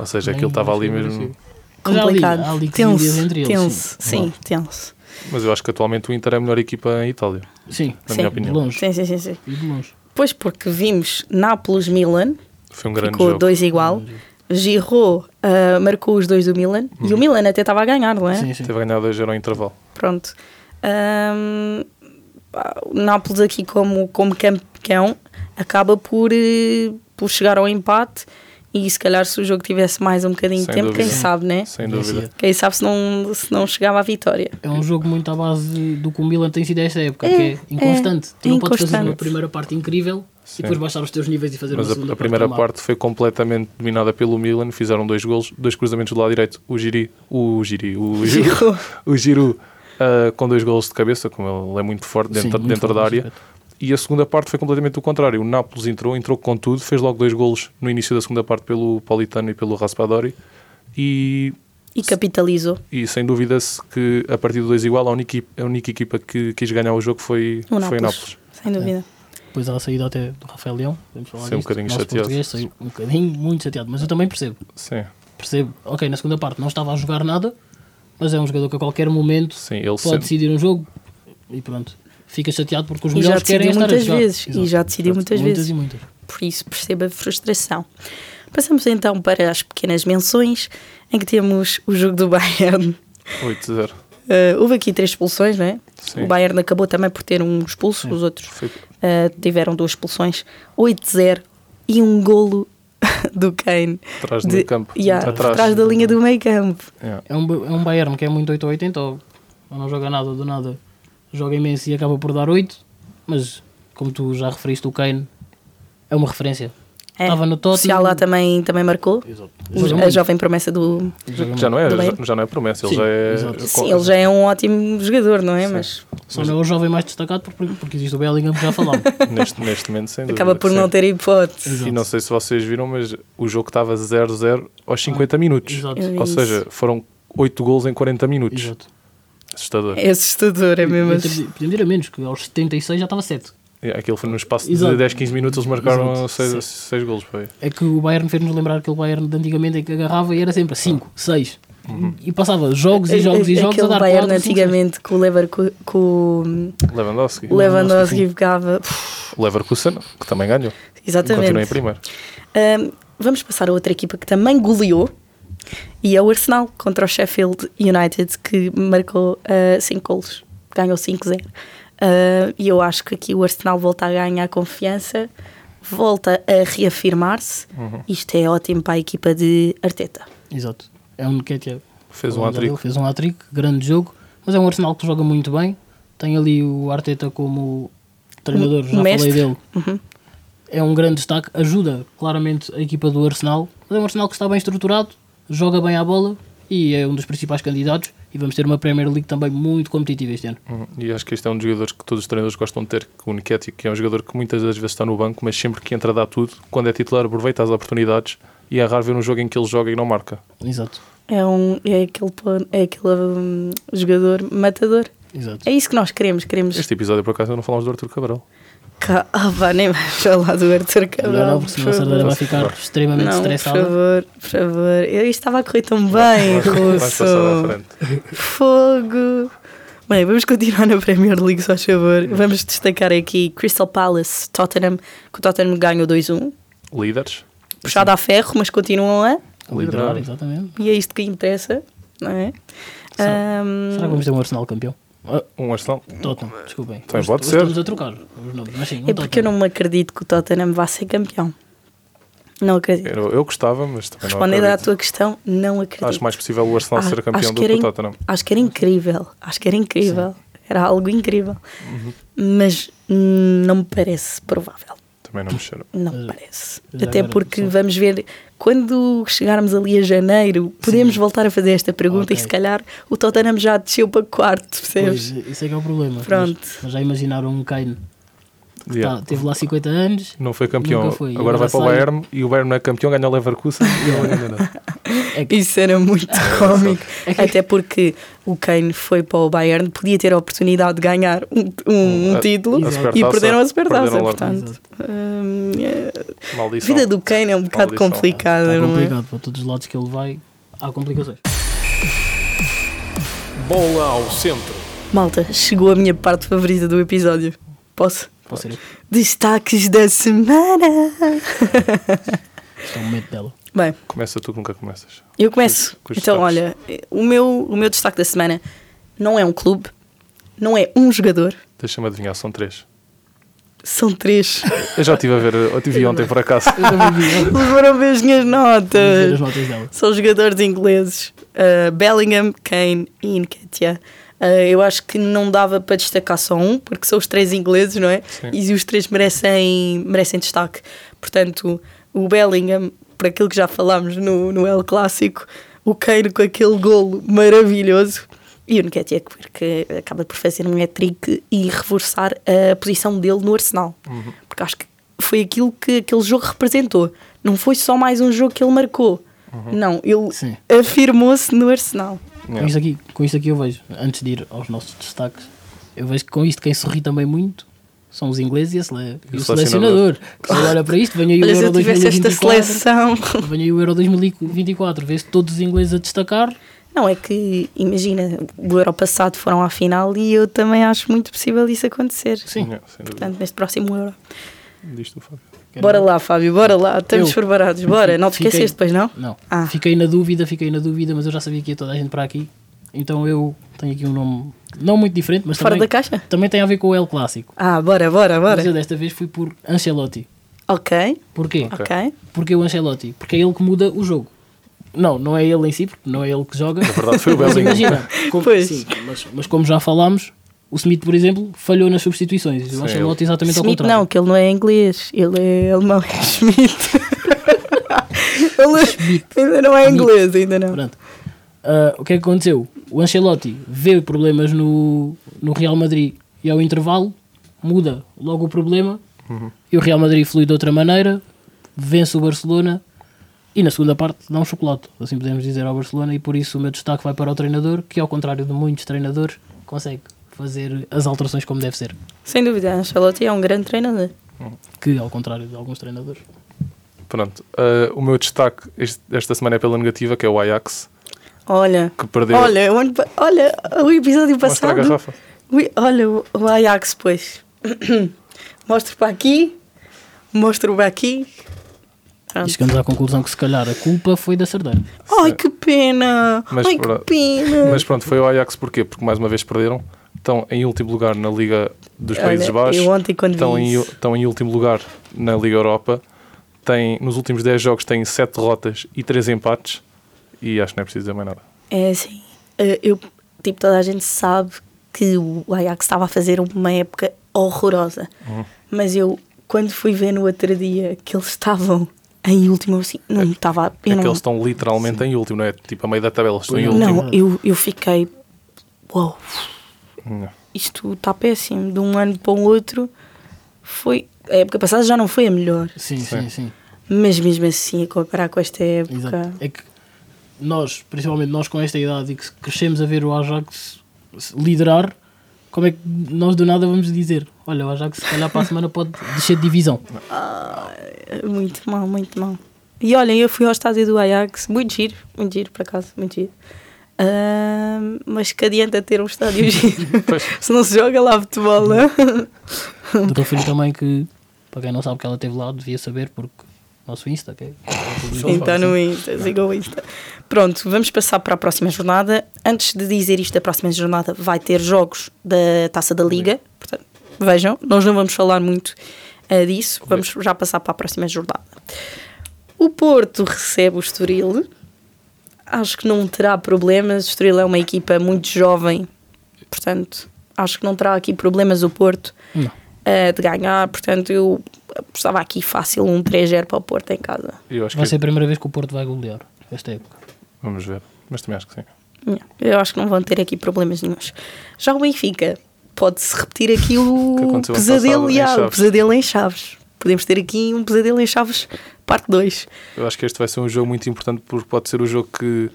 [SPEAKER 3] Ou seja,
[SPEAKER 4] Nem
[SPEAKER 3] aquilo estava ali
[SPEAKER 4] achei
[SPEAKER 3] mesmo.
[SPEAKER 4] parecido. Mas há ali-
[SPEAKER 2] Ah, Complicado.
[SPEAKER 4] há ali que dividias
[SPEAKER 2] tenso,
[SPEAKER 4] entre eles,
[SPEAKER 2] tenso. Sim, tenso.
[SPEAKER 3] Mas eu acho que atualmente o Inter é a melhor equipa em Itália,
[SPEAKER 4] Sim,
[SPEAKER 2] Sim.
[SPEAKER 3] na minha
[SPEAKER 4] de
[SPEAKER 3] opinião.
[SPEAKER 4] longe.
[SPEAKER 2] Sim, sim, sim, sim.
[SPEAKER 4] E de longe.
[SPEAKER 2] Pois porque vimos Nápoles-Milan,
[SPEAKER 3] Foi um grande
[SPEAKER 2] ficou
[SPEAKER 3] jogo.
[SPEAKER 2] 2 igual. Giroud ah, marcou os dois do Milan e
[SPEAKER 3] Uhum.
[SPEAKER 2] o Milan até estava a ganhar, não é?
[SPEAKER 4] Sim, sim.
[SPEAKER 3] Teve a ganhar 2 0 ao intervalo.
[SPEAKER 2] Pronto. Ahm, pá, o Nápoles aqui como, como campeão acaba por, eh, por chegar ao empate e se calhar se o jogo tivesse mais um bocadinho de
[SPEAKER 3] Sem
[SPEAKER 2] tempo, quem
[SPEAKER 3] dúvida.
[SPEAKER 2] sabe, né?
[SPEAKER 3] Sem
[SPEAKER 4] Merecia.
[SPEAKER 3] dúvida.
[SPEAKER 2] Quem sabe se não, se não chegava à vitória.
[SPEAKER 4] assim, É um jogo muito à base do que o Milan tem sido esta época, que é inconstante. tu
[SPEAKER 2] é
[SPEAKER 4] não podes fazer
[SPEAKER 2] inconstante.
[SPEAKER 4] uma primeira parte incrível e depois baixar os teus níveis e fazer
[SPEAKER 3] Mas
[SPEAKER 4] uma
[SPEAKER 3] a,
[SPEAKER 4] segunda
[SPEAKER 3] a primeira
[SPEAKER 4] parte. tão má.
[SPEAKER 3] parte foi completamente dominada pelo Milan. Fizeram dois golos, dois cruzamentos do lado direito. O Giri, o Giri, o Giro,
[SPEAKER 2] Giroud.
[SPEAKER 3] [LAUGHS] o Giroud, ah, com dois golos de cabeça, como ele é muito forte dentro,
[SPEAKER 4] Sim, muito
[SPEAKER 3] dentro
[SPEAKER 4] forte
[SPEAKER 3] da
[SPEAKER 4] nesse
[SPEAKER 3] área. E a segunda parte foi completamente o contrário. O Nápoles entrou, entrou com tudo, fez logo dois golos no início da segunda parte pelo Politano e pelo Raspadori. E,
[SPEAKER 2] E capitalizou
[SPEAKER 3] e sem dúvida-se que a partir do 2 igual, a única, equipa- a única equipa que quis ganhar o jogo foi
[SPEAKER 2] o
[SPEAKER 3] foi
[SPEAKER 2] Nápoles.
[SPEAKER 3] o Nápoles. É.
[SPEAKER 2] Sem dúvida.
[SPEAKER 4] Depois há a saída até do Rafael Leão. Vamos falar
[SPEAKER 3] Sim, um
[SPEAKER 4] disto.
[SPEAKER 3] bocadinho
[SPEAKER 4] Nosso
[SPEAKER 3] chateado.
[SPEAKER 4] português saiu um bocadinho muito chateado, mas eu também percebo.
[SPEAKER 3] Sim,
[SPEAKER 4] Percebo. Ok, na segunda parte não estava a jogar nada, mas é um jogador que a qualquer momento
[SPEAKER 3] sim, ele
[SPEAKER 4] pode
[SPEAKER 3] sente.
[SPEAKER 4] decidir um jogo e pronto. Fica chateado porque os
[SPEAKER 2] E já
[SPEAKER 4] melhores querem
[SPEAKER 2] decidiu
[SPEAKER 4] estar a
[SPEAKER 2] muitas
[SPEAKER 4] jogar.
[SPEAKER 2] vezes. E
[SPEAKER 4] Exato.
[SPEAKER 2] já decidiu muitas vezes.
[SPEAKER 4] Muitas e muitas.
[SPEAKER 2] por isso percebo a frustração. Passamos então para as pequenas menções, em que temos o jogo do Bayern.
[SPEAKER 3] 8-0.
[SPEAKER 2] Eh, houve aqui três expulsões, não é?
[SPEAKER 3] Sim.
[SPEAKER 2] O Bayern acabou também por ter um expulso, os outros
[SPEAKER 3] Foi-
[SPEAKER 2] eh, tiveram duas expulsões, 8-0 e um golo [LAUGHS] do Kane.
[SPEAKER 3] Atrás do
[SPEAKER 2] De-
[SPEAKER 3] meio campo.
[SPEAKER 2] Yeah,
[SPEAKER 3] atrás.
[SPEAKER 2] atrás, da linha do meio campo.
[SPEAKER 3] Yeah.
[SPEAKER 4] É um, Ba- é um Bayern que é muito 8 ou 80, ou ou não joga nada do nada, joga imenso e acaba por dar 8, mas como tu já referiste, o Kane é uma referência.
[SPEAKER 2] É.
[SPEAKER 4] Estava no
[SPEAKER 2] O
[SPEAKER 4] Tottenham.
[SPEAKER 2] Ciala também, também marcou,
[SPEAKER 4] Exato.
[SPEAKER 2] o-
[SPEAKER 4] Joga
[SPEAKER 2] a
[SPEAKER 4] muito.
[SPEAKER 2] é jovem promessa do...
[SPEAKER 4] Joga muito.
[SPEAKER 3] Já não é,
[SPEAKER 2] Do
[SPEAKER 3] já,
[SPEAKER 2] Bayern.
[SPEAKER 3] já não é promessa, ele
[SPEAKER 4] Sim,
[SPEAKER 3] já é.
[SPEAKER 4] exato.
[SPEAKER 3] com-
[SPEAKER 2] Sim, ele já é um ótimo jogador, não é? Mas
[SPEAKER 4] Só não é o jovem mais destacado porque, porque existe o Bellingham que
[SPEAKER 2] [LAUGHS]
[SPEAKER 4] já falámos.
[SPEAKER 3] [LAUGHS] Neste, neste momento, sem dúvida.
[SPEAKER 2] acaba por
[SPEAKER 3] que
[SPEAKER 2] não
[SPEAKER 3] sim.
[SPEAKER 2] ter hipótese.
[SPEAKER 3] E não sei se vocês viram, mas o jogo estava 0-0 aos 50 minutos.
[SPEAKER 4] Ah, Exato.
[SPEAKER 2] Eu vi
[SPEAKER 3] Ou
[SPEAKER 2] isso.
[SPEAKER 3] seja, foram 8 gols em 40 minutos.
[SPEAKER 4] Exato.
[SPEAKER 3] Assustador.
[SPEAKER 2] É assustador, é mesmo assustador.
[SPEAKER 4] Podíamos ir assim. a menos, que aos 76 já estava 7.
[SPEAKER 3] É, Aquilo foi num espaço
[SPEAKER 4] Exato.
[SPEAKER 3] de 10, 15 minutos, eles marcaram
[SPEAKER 4] Exato.
[SPEAKER 3] 6,
[SPEAKER 4] Sim.
[SPEAKER 3] gols. Foi.
[SPEAKER 4] É que o Bayern fez-nos lembrar aquele Bayern de antigamente em que agarrava e era sempre 5, 6. E passava jogos e jogos e
[SPEAKER 2] É, assim. Aquele
[SPEAKER 4] jogos a dar
[SPEAKER 2] Bayern
[SPEAKER 4] 4,
[SPEAKER 2] antigamente com o Lever com
[SPEAKER 3] Lewandowski.
[SPEAKER 2] o Lewandowski ficava Uf,
[SPEAKER 3] Leverkusen, que também ganhou. Continua em
[SPEAKER 2] exatamente
[SPEAKER 3] primeiro.
[SPEAKER 2] Ahm, vamos passar a outra equipa que também goleou e é o Arsenal contra o Sheffield United que marcou 5 golos ganhou 5-0 Ah, e eu acho que aqui o Arsenal volta a ganhar confiança volta a reafirmar-se isto é ótimo para a equipa de Arteta
[SPEAKER 4] Exato. É um Nketiah.
[SPEAKER 3] Fez um
[SPEAKER 4] Falamos já dele,
[SPEAKER 3] atrico.
[SPEAKER 4] Fez um hat-trick, grande jogo. Mas é um Arsenal que joga muito bem. Tem ali o Arteta como treinador,
[SPEAKER 2] Um
[SPEAKER 4] já
[SPEAKER 2] mestre. Uhum.
[SPEAKER 4] falei dele. É um grande destaque. Ajuda claramente a equipa do Arsenal. Mas é um Arsenal que está bem estruturado, joga bem à bola e é um dos principais candidatos. E vamos ter uma Premier League também muito competitiva este ano.
[SPEAKER 3] Uhum. E acho que este é um dos jogadores que todos os treinadores gostam de ter, que o Nketiah, que é um jogador que muitas das vezes está no banco, mas sempre que entra dá tudo. Quando é titular aproveita as oportunidades e é raro ver um jogo em que ele joga e não marca.
[SPEAKER 4] Exato.
[SPEAKER 2] é, um, é aquele, pon- é aquele hum, jogador matador
[SPEAKER 4] Exato.
[SPEAKER 2] É isso que nós queremos, queremos.
[SPEAKER 3] Este episódio, por acaso, não falamos do Arthur Cabral.
[SPEAKER 2] Ca- Ah, vá, nem vais falar do Arthur
[SPEAKER 4] Melhor
[SPEAKER 2] Cabral.
[SPEAKER 4] não, porque senão é a Sardana vai ficar extremamente
[SPEAKER 2] Não, por
[SPEAKER 4] estressada.
[SPEAKER 2] favor, por favor. Eu, isto estava a correr tão bem,
[SPEAKER 3] Vais passar à
[SPEAKER 2] Russo.
[SPEAKER 3] frente.
[SPEAKER 2] Fogo. Bem, vamos continuar na Premier League, só favor. Vamos destacar aqui Crystal Palace, Tottenham, que o Tottenham ganhou 2-1.
[SPEAKER 3] Líderes.
[SPEAKER 2] Puxado a ferro, mas continuam a.
[SPEAKER 4] Liderar, exatamente.
[SPEAKER 2] E é isto que interessa, não é?
[SPEAKER 4] Será-
[SPEAKER 2] Ahm,
[SPEAKER 4] Será que vamos ter um Arsenal campeão? Ah,
[SPEAKER 3] Um Arsenal.
[SPEAKER 4] Tottenham, desculpem.
[SPEAKER 3] Também
[SPEAKER 4] Hoje-
[SPEAKER 3] pode
[SPEAKER 4] hoje
[SPEAKER 3] ser.
[SPEAKER 4] Estamos a trocar os nomes, mas sim, um
[SPEAKER 2] é porque eu não me acredito que o Tottenham vá ser campeão. Não acredito.
[SPEAKER 3] Eu, eu gostava, mas também
[SPEAKER 2] Respondendo
[SPEAKER 3] não
[SPEAKER 2] à
[SPEAKER 3] acredito.
[SPEAKER 2] tua questão, não acredito.
[SPEAKER 3] Acho mais possível o Arsenal
[SPEAKER 2] Ah,
[SPEAKER 3] ser campeão
[SPEAKER 2] acho
[SPEAKER 3] do
[SPEAKER 2] que
[SPEAKER 3] que
[SPEAKER 2] era
[SPEAKER 3] o
[SPEAKER 2] in-
[SPEAKER 3] Tottenham.
[SPEAKER 2] Acho que era incrível. Acho que era incrível. Era algo incrível.
[SPEAKER 3] Uhum.
[SPEAKER 2] Mas hum, não me parece provável.
[SPEAKER 3] Também não mexeram.
[SPEAKER 2] Não
[SPEAKER 4] Mas-
[SPEAKER 2] me parece.
[SPEAKER 4] mas
[SPEAKER 2] Até
[SPEAKER 4] agora,
[SPEAKER 2] porque
[SPEAKER 4] só-
[SPEAKER 2] vamos ver quando chegarmos ali a janeiro, podemos voltar a fazer esta pergunta
[SPEAKER 4] Ok.
[SPEAKER 2] e se calhar o Tottenham já desceu para quarto, percebes?
[SPEAKER 4] Pois, isso é que é o problema.
[SPEAKER 2] Pronto.
[SPEAKER 4] Mas, mas já imaginaram um Kane que
[SPEAKER 3] Yeah.
[SPEAKER 4] tá- teve lá 50 anos.
[SPEAKER 3] Não foi campeão.
[SPEAKER 4] Nunca foi.
[SPEAKER 3] Agora vai
[SPEAKER 4] Agora
[SPEAKER 3] para o
[SPEAKER 4] sai.
[SPEAKER 3] Bayern e o Bayern não é campeão, ganha o Leverkusen e ele [LAUGHS] não ganha nada.
[SPEAKER 2] Isso era muito cómico.
[SPEAKER 4] É que-
[SPEAKER 2] Até porque o Kane foi para o Bayern, podia ter a oportunidade de ganhar um, um- um
[SPEAKER 3] Hum, A-
[SPEAKER 2] título
[SPEAKER 3] a
[SPEAKER 2] e
[SPEAKER 3] supertaça,
[SPEAKER 2] perderam a supertaça.
[SPEAKER 3] perderam logo.
[SPEAKER 2] Portanto, hum, é- a
[SPEAKER 3] Maldição.
[SPEAKER 2] vida do Kane é um bocado
[SPEAKER 3] Maldição.
[SPEAKER 2] complicada, não
[SPEAKER 4] Está
[SPEAKER 2] é?
[SPEAKER 4] Tá complicado. Para todos os lados que ele vai, há complicações.
[SPEAKER 1] Bola ao centro.
[SPEAKER 2] Malta, chegou a minha parte favorita do episódio. Posso?
[SPEAKER 4] Pode ser.
[SPEAKER 2] Destaques da semana!
[SPEAKER 4] Isto é o
[SPEAKER 2] [LAUGHS]
[SPEAKER 4] momento dela.
[SPEAKER 2] Bem,
[SPEAKER 3] Começa tu que nunca começas.
[SPEAKER 2] eu começo.
[SPEAKER 3] Com os
[SPEAKER 2] então,
[SPEAKER 3] destaques.
[SPEAKER 2] olha, o meu, o meu destaque da semana não é um clube, não é um jogador,
[SPEAKER 3] Deixa-me adivinhar, são três.
[SPEAKER 2] são
[SPEAKER 4] [LAUGHS]
[SPEAKER 2] três.
[SPEAKER 3] Eu já estive a ver, eu tive ontem
[SPEAKER 2] é?
[SPEAKER 3] por acaso.
[SPEAKER 4] Eu também vi ela.
[SPEAKER 2] Levaram ver as minhas
[SPEAKER 4] Vamos ver
[SPEAKER 2] notas.
[SPEAKER 4] as notas dela.
[SPEAKER 2] São jogadores ingleses: uh, Bellingham, Kane e Nketiah. Uh, eu acho que não dava para destacar só um, porque são os três ingleses, não é?
[SPEAKER 3] Sim.
[SPEAKER 2] E os três merecem, merecem destaque. Portanto, o Bellingham, por aquilo que já falámos no, no El Clássico, o Kane com aquele golo maravilhoso e o Nketiah, que acaba por fazer um hat-trick e reforçar a posição dele no Arsenal.
[SPEAKER 4] Uhum.
[SPEAKER 2] Porque acho que foi aquilo que aquele jogo representou. Não foi só mais um jogo que ele marcou. Não, ele
[SPEAKER 4] Uhum. Sim.
[SPEAKER 2] afirmou-se no Arsenal.
[SPEAKER 4] Com, isto aqui, com isto aqui eu vejo, antes de ir aos nossos destaques, eu vejo que com isto quem sorri também muito são os ingleses e a sele- e o
[SPEAKER 3] selecionador.
[SPEAKER 4] selecionador. Que se ele olha para isto, venha aí o
[SPEAKER 2] Olha, se
[SPEAKER 4] Euro
[SPEAKER 2] eu tivesse esta
[SPEAKER 4] 2024.
[SPEAKER 2] seleção. [LAUGHS]
[SPEAKER 4] Venha aí o Euro 2024, vês todos os ingleses a destacar.
[SPEAKER 2] Não, é que, imagina, o Euro passado foram à final e eu também acho muito possível isso acontecer.
[SPEAKER 4] Sim.
[SPEAKER 3] Yeah, sem dúvida.
[SPEAKER 2] Portanto, neste próximo Euro.
[SPEAKER 3] Diz tu, Fábio.
[SPEAKER 4] Quero-
[SPEAKER 2] Bora lá, Fábio, bora lá. Estamos
[SPEAKER 4] Eu-
[SPEAKER 2] preparados, bora. Não te
[SPEAKER 4] Fiquei-
[SPEAKER 2] esqueces depois, não?
[SPEAKER 4] Não.
[SPEAKER 2] Ah.
[SPEAKER 4] Fiquei na dúvida, fiquei na dúvida, mas eu já sabia que ia toda a gente para aqui. Então eu tenho aqui um nome não muito diferente, mas
[SPEAKER 2] Fora
[SPEAKER 4] também,
[SPEAKER 2] da caixa?
[SPEAKER 4] também tem a ver com o El Clássico.
[SPEAKER 2] Ah, bora, bora, bora.
[SPEAKER 4] Mas eu desta vez fui por Ancelotti.
[SPEAKER 2] Ok,
[SPEAKER 4] Porquê?
[SPEAKER 2] ok.
[SPEAKER 4] Porque o Ancelotti, porque é ele que muda o jogo. Não, não é ele em si, porque não é ele que joga.
[SPEAKER 3] Na verdade, foi
[SPEAKER 4] [LAUGHS]
[SPEAKER 3] o
[SPEAKER 4] Mas
[SPEAKER 3] Bellingham.
[SPEAKER 4] imagina, como,
[SPEAKER 2] Pois.
[SPEAKER 4] sim, mas, mas como já falámos, o Smith, por exemplo, falhou nas substituições. E o Ancelotti exatamente ao
[SPEAKER 2] Smith
[SPEAKER 4] contrário.
[SPEAKER 2] não, que ele não é inglês, ele é alemão, é [LAUGHS] Schmidt. ele ainda não é inglês, ainda não.
[SPEAKER 4] Pronto. Ah, o que é que aconteceu? O Ancelotti vê problemas no, no Real Madrid e ao intervalo muda logo o problema e o Real Madrid flui de outra maneira, vence o Barcelona e na segunda parte dá um chocolate, assim podemos dizer ao Barcelona e por isso o meu destaque vai para o treinador que ao contrário de muitos treinadores consegue fazer as alterações como deve ser,
[SPEAKER 2] Sem dúvida, Ancelotti é um grande treinador.
[SPEAKER 4] que ao contrário de alguns treinadores.
[SPEAKER 3] Pronto. Ah, o meu destaque este- esta semana é pela negativa, que é o Ajax,
[SPEAKER 2] Olha,
[SPEAKER 3] que perdeu.
[SPEAKER 2] olha, o ano pa- olha, o episódio
[SPEAKER 3] Mostra a
[SPEAKER 2] passado.
[SPEAKER 3] garrafa.
[SPEAKER 2] Ui, olha, o o Ajax, pois. [CLEARS THROAT] mostro para aqui, mostro para aqui.
[SPEAKER 4] E
[SPEAKER 2] Pronto.
[SPEAKER 4] chegamos à conclusão que se calhar a culpa foi da Sardanha.
[SPEAKER 2] Ai que pena!
[SPEAKER 3] Mas
[SPEAKER 2] Ai que
[SPEAKER 3] pronto.
[SPEAKER 2] pena!
[SPEAKER 3] Mas pronto, foi o Ajax porquê? Porque mais uma vez perderam. Estão em último lugar na Liga dos
[SPEAKER 2] Olha,
[SPEAKER 3] Países Baixos.
[SPEAKER 2] eu ontem quando vi
[SPEAKER 3] estão, em,
[SPEAKER 2] isso-
[SPEAKER 3] estão em último lugar na Liga Europa. Têm, nos últimos 10 jogos têm 7 derrotas e 3 empates. E acho que não é preciso dizer mais nada.
[SPEAKER 2] É assim, eh, eu, tipo, toda a gente sabe que o Ajax estava a fazer uma época horrorosa.
[SPEAKER 3] Uhum.
[SPEAKER 2] Mas eu, quando fui ver no outro dia que eles estavam em último, eu assim, não estava.
[SPEAKER 3] É
[SPEAKER 2] Eu
[SPEAKER 3] que
[SPEAKER 2] não,
[SPEAKER 3] eles estão literalmente em último, não é? Tipo a meio da tabela, estão em
[SPEAKER 4] Não.
[SPEAKER 3] último.
[SPEAKER 2] não eu, eu fiquei. Uau,
[SPEAKER 3] Não.
[SPEAKER 2] isto está péssimo. De um ano para o outro, foi. A época passada já não foi a melhor.
[SPEAKER 4] Sim,
[SPEAKER 3] Sim.
[SPEAKER 4] sim, sim.
[SPEAKER 2] Mas mesmo assim, a comparar com esta época.
[SPEAKER 4] Exato. É que nós, principalmente nós com esta idade e que crescemos a ver o Ajax liderar, Como é que nós do nada vamos dizer? Olha, o Ajax se calhar para a semana pode descer
[SPEAKER 2] [LAUGHS]
[SPEAKER 4] de divisão.
[SPEAKER 2] Muito mal, muito mal. E olhem, eu fui ao estádio do Ajax, muito giro, muito giro por acaso, muito giro. Ahm, mas que adianta ter um estádio giro
[SPEAKER 3] Pois.
[SPEAKER 2] se não se joga lá futebol, né?
[SPEAKER 4] Doutor Filho também que, para quem não sabe que ela esteve lá, devia saber porque nosso Insta, é- ok?
[SPEAKER 2] Então no Insta, sigam o Insta. Pronto, vamos passar para a próxima jornada. Antes de dizer isto, a próxima jornada vai ter jogos da Taça da Liga. Portanto, vejam, nós não vamos falar muito eh, disso. Vamos já passar para a próxima jornada. O Porto recebe o Estoril. Acho que não terá problemas. O Estoril é uma equipa muito jovem. Portanto, acho que não terá aqui problemas o Porto
[SPEAKER 4] Não.
[SPEAKER 2] eh, de ganhar. Portanto, eu apostava aqui fácil um 3-0 para o Porto em casa.
[SPEAKER 3] Eu acho
[SPEAKER 4] Vai
[SPEAKER 3] que
[SPEAKER 4] ser a primeira vez que o Porto vai golear esta época.
[SPEAKER 3] vamos ver. Mas também acho que sim.
[SPEAKER 2] Não, Eu acho que não vão ter aqui problemas nenhuns. Já o Benfica pode-se repetir aqui
[SPEAKER 3] [LAUGHS] Que
[SPEAKER 2] o
[SPEAKER 3] aconteceu ano
[SPEAKER 2] pesadelo,
[SPEAKER 3] passado em
[SPEAKER 2] e há o
[SPEAKER 3] Chaves.
[SPEAKER 2] pesadelo em Chaves. Podemos ter aqui um pesadelo em Chaves, parte 2.
[SPEAKER 3] Eu acho que este vai ser um jogo muito importante porque pode ser o jogo que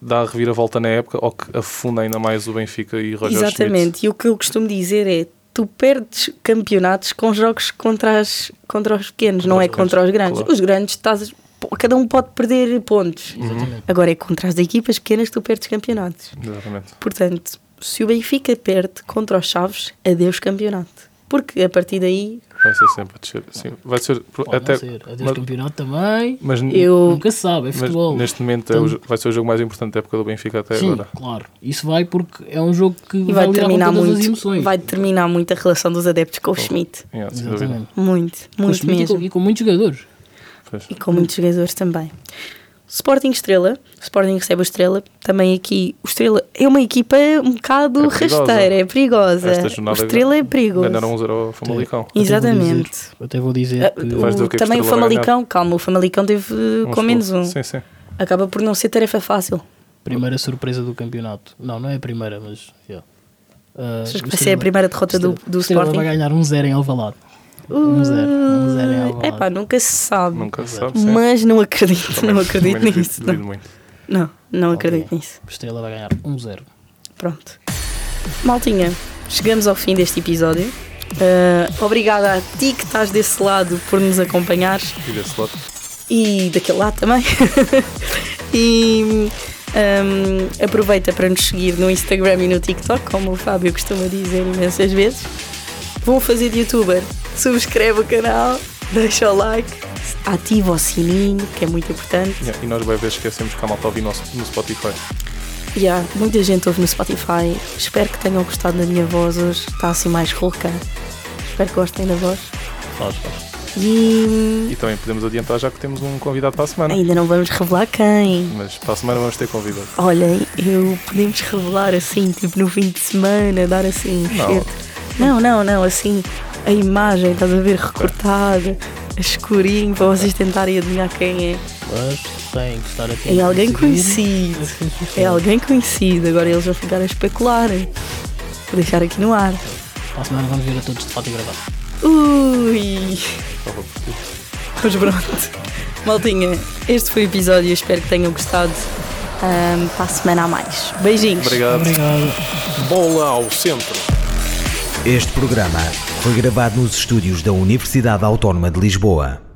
[SPEAKER 3] dá a reviravolta na época ou que afunda ainda mais o Benfica e Roger Schmidt.
[SPEAKER 2] Exatamente. E o que eu costumo dizer é: tu perdes campeonatos com jogos contra, as, contra os pequenos, não
[SPEAKER 3] Contra
[SPEAKER 2] é
[SPEAKER 3] os
[SPEAKER 2] contra os
[SPEAKER 3] grandes,
[SPEAKER 2] grandes.
[SPEAKER 3] claro.
[SPEAKER 2] Os grandes, estás, cada um pode perder pontos.
[SPEAKER 4] Exatamente.
[SPEAKER 2] Agora é contra as equipas pequenas que tu perdes campeonatos.
[SPEAKER 3] Exatamente.
[SPEAKER 2] Portanto, se o Benfica perde contra os Chaves, adeus campeonato. Porque a partir daí
[SPEAKER 3] Vai ser sempre a descer. Sim, vai ser pro-
[SPEAKER 4] Pode
[SPEAKER 3] até.
[SPEAKER 4] não ser. Adeus
[SPEAKER 3] mas-
[SPEAKER 4] campeonato também.
[SPEAKER 3] mas, n-
[SPEAKER 2] eu Então-
[SPEAKER 4] Nunca se sabe, é
[SPEAKER 3] mas
[SPEAKER 4] futebol.
[SPEAKER 3] neste momento é o jo- vai ser o jogo mais importante da época do Benfica até
[SPEAKER 4] Sim,
[SPEAKER 3] agora.
[SPEAKER 4] claro. Isso vai porque é um jogo que
[SPEAKER 2] E vai
[SPEAKER 4] vai, lidar com
[SPEAKER 2] determinar
[SPEAKER 4] todas as
[SPEAKER 2] muito,
[SPEAKER 4] emoções.
[SPEAKER 2] vai determinar muito a relação dos adeptos com o Schmidt.
[SPEAKER 3] Yeah, sem dúvida.
[SPEAKER 4] Exatamente.
[SPEAKER 2] Muito,
[SPEAKER 4] Com
[SPEAKER 2] muito
[SPEAKER 4] os míticos
[SPEAKER 2] mesmo.
[SPEAKER 4] E com muitos jogadores.
[SPEAKER 3] Pois.
[SPEAKER 2] E com muitos jogadores também. Sporting Estrela, Sporting recebe o Estrela, também aqui o Estrela é uma equipa um bocado
[SPEAKER 3] É perigosa.
[SPEAKER 2] rasteira, é perigosa.
[SPEAKER 3] Esta
[SPEAKER 2] O
[SPEAKER 3] jornada
[SPEAKER 2] Estrela é
[SPEAKER 3] Ganharam
[SPEAKER 2] perigoso.
[SPEAKER 3] um 0 ao Famalicão.
[SPEAKER 2] Exatamente.
[SPEAKER 4] Até vou
[SPEAKER 2] Ah,
[SPEAKER 4] dizer que
[SPEAKER 2] o-
[SPEAKER 3] Vais ver o que é que
[SPEAKER 2] também o
[SPEAKER 3] Estrela vai
[SPEAKER 2] Famalicão, calma, o Famalicão teve uh, com
[SPEAKER 3] Um
[SPEAKER 2] menos um.
[SPEAKER 3] expulso. Sim, sim.
[SPEAKER 2] Acaba por não ser tarefa fácil.
[SPEAKER 4] primeira surpresa do campeonato. Não, não é a primeira, mas. Yeah. Ah,
[SPEAKER 2] Achas que
[SPEAKER 4] o
[SPEAKER 2] vai ser a
[SPEAKER 4] Estrela-
[SPEAKER 2] primeira derrota do, do
[SPEAKER 4] Estrela
[SPEAKER 2] Sporting?
[SPEAKER 4] vai ganhar um 0 em Alvalade. Um 0 um zero em
[SPEAKER 2] É
[SPEAKER 4] Alvalade.
[SPEAKER 2] pá, nunca se sabe.
[SPEAKER 3] Nunca se sabe. Sim.
[SPEAKER 2] Mas não acredito, [LAUGHS]
[SPEAKER 3] Também-
[SPEAKER 2] não acredito
[SPEAKER 3] também
[SPEAKER 2] nisso.
[SPEAKER 3] Duvido,
[SPEAKER 2] não.
[SPEAKER 3] duvido muito.
[SPEAKER 2] Não, não acredito nisso.
[SPEAKER 4] Estrela vai ganhar um 0
[SPEAKER 2] Pronto. Maltinha, chegamos ao fim deste episódio. Ah, obrigada a ti que estás desse lado por nos acompanhares
[SPEAKER 3] E desse lado.
[SPEAKER 2] e daquele lado também. [LAUGHS] e hum, aproveita para nos seguir no Instagram e no TikTok, como o Fábio costuma dizer imensas vezes. Vão fazer de youtuber, subscreve o canal, [LAUGHS] deixa o like, ativa o sininho, que é muito importante.
[SPEAKER 3] Yeah, E nós, bem, vezes esquecemos que a malta ouvir no, no Spotify.
[SPEAKER 2] Yeah, muita gente ouve no Spotify. Espero que tenham gostado da minha voz hoje. Está assim mais rouca. Espero que gostem da voz.
[SPEAKER 4] Faz, faz.
[SPEAKER 2] E
[SPEAKER 3] E também podemos adiantar já que temos um convidado para a semana.
[SPEAKER 2] ainda não vamos revelar quem.
[SPEAKER 3] Mas para a semana vamos ter convidado.
[SPEAKER 2] Olhem, eu podemos revelar assim, tipo no fim de semana, dar assim.
[SPEAKER 3] Não.
[SPEAKER 2] shit. não, não, não, assim, a imagem, estás a ver, recortada, escurinho, para vocês tentarem adivinhar quem é.
[SPEAKER 4] Mas tem que estar
[SPEAKER 2] É
[SPEAKER 4] atento.
[SPEAKER 2] alguém
[SPEAKER 4] seguir
[SPEAKER 2] conhecido.
[SPEAKER 4] as redes sociais.
[SPEAKER 2] É alguém conhecido. Agora eles vão ficar a especular. Vou deixar aqui no ar.
[SPEAKER 4] Para a semana vamos ver a todos de fato e gravado.
[SPEAKER 2] Ui! Pois pronto. Maltinha, este foi o episódio. Espero que tenham gostado. Ahm, para a semana a mais. Beijinhos.
[SPEAKER 3] Obrigado.
[SPEAKER 4] Obrigado.
[SPEAKER 1] Bola ao centro.
[SPEAKER 5] Este programa foi gravado nos estúdios da Universidade Autónoma de Lisboa.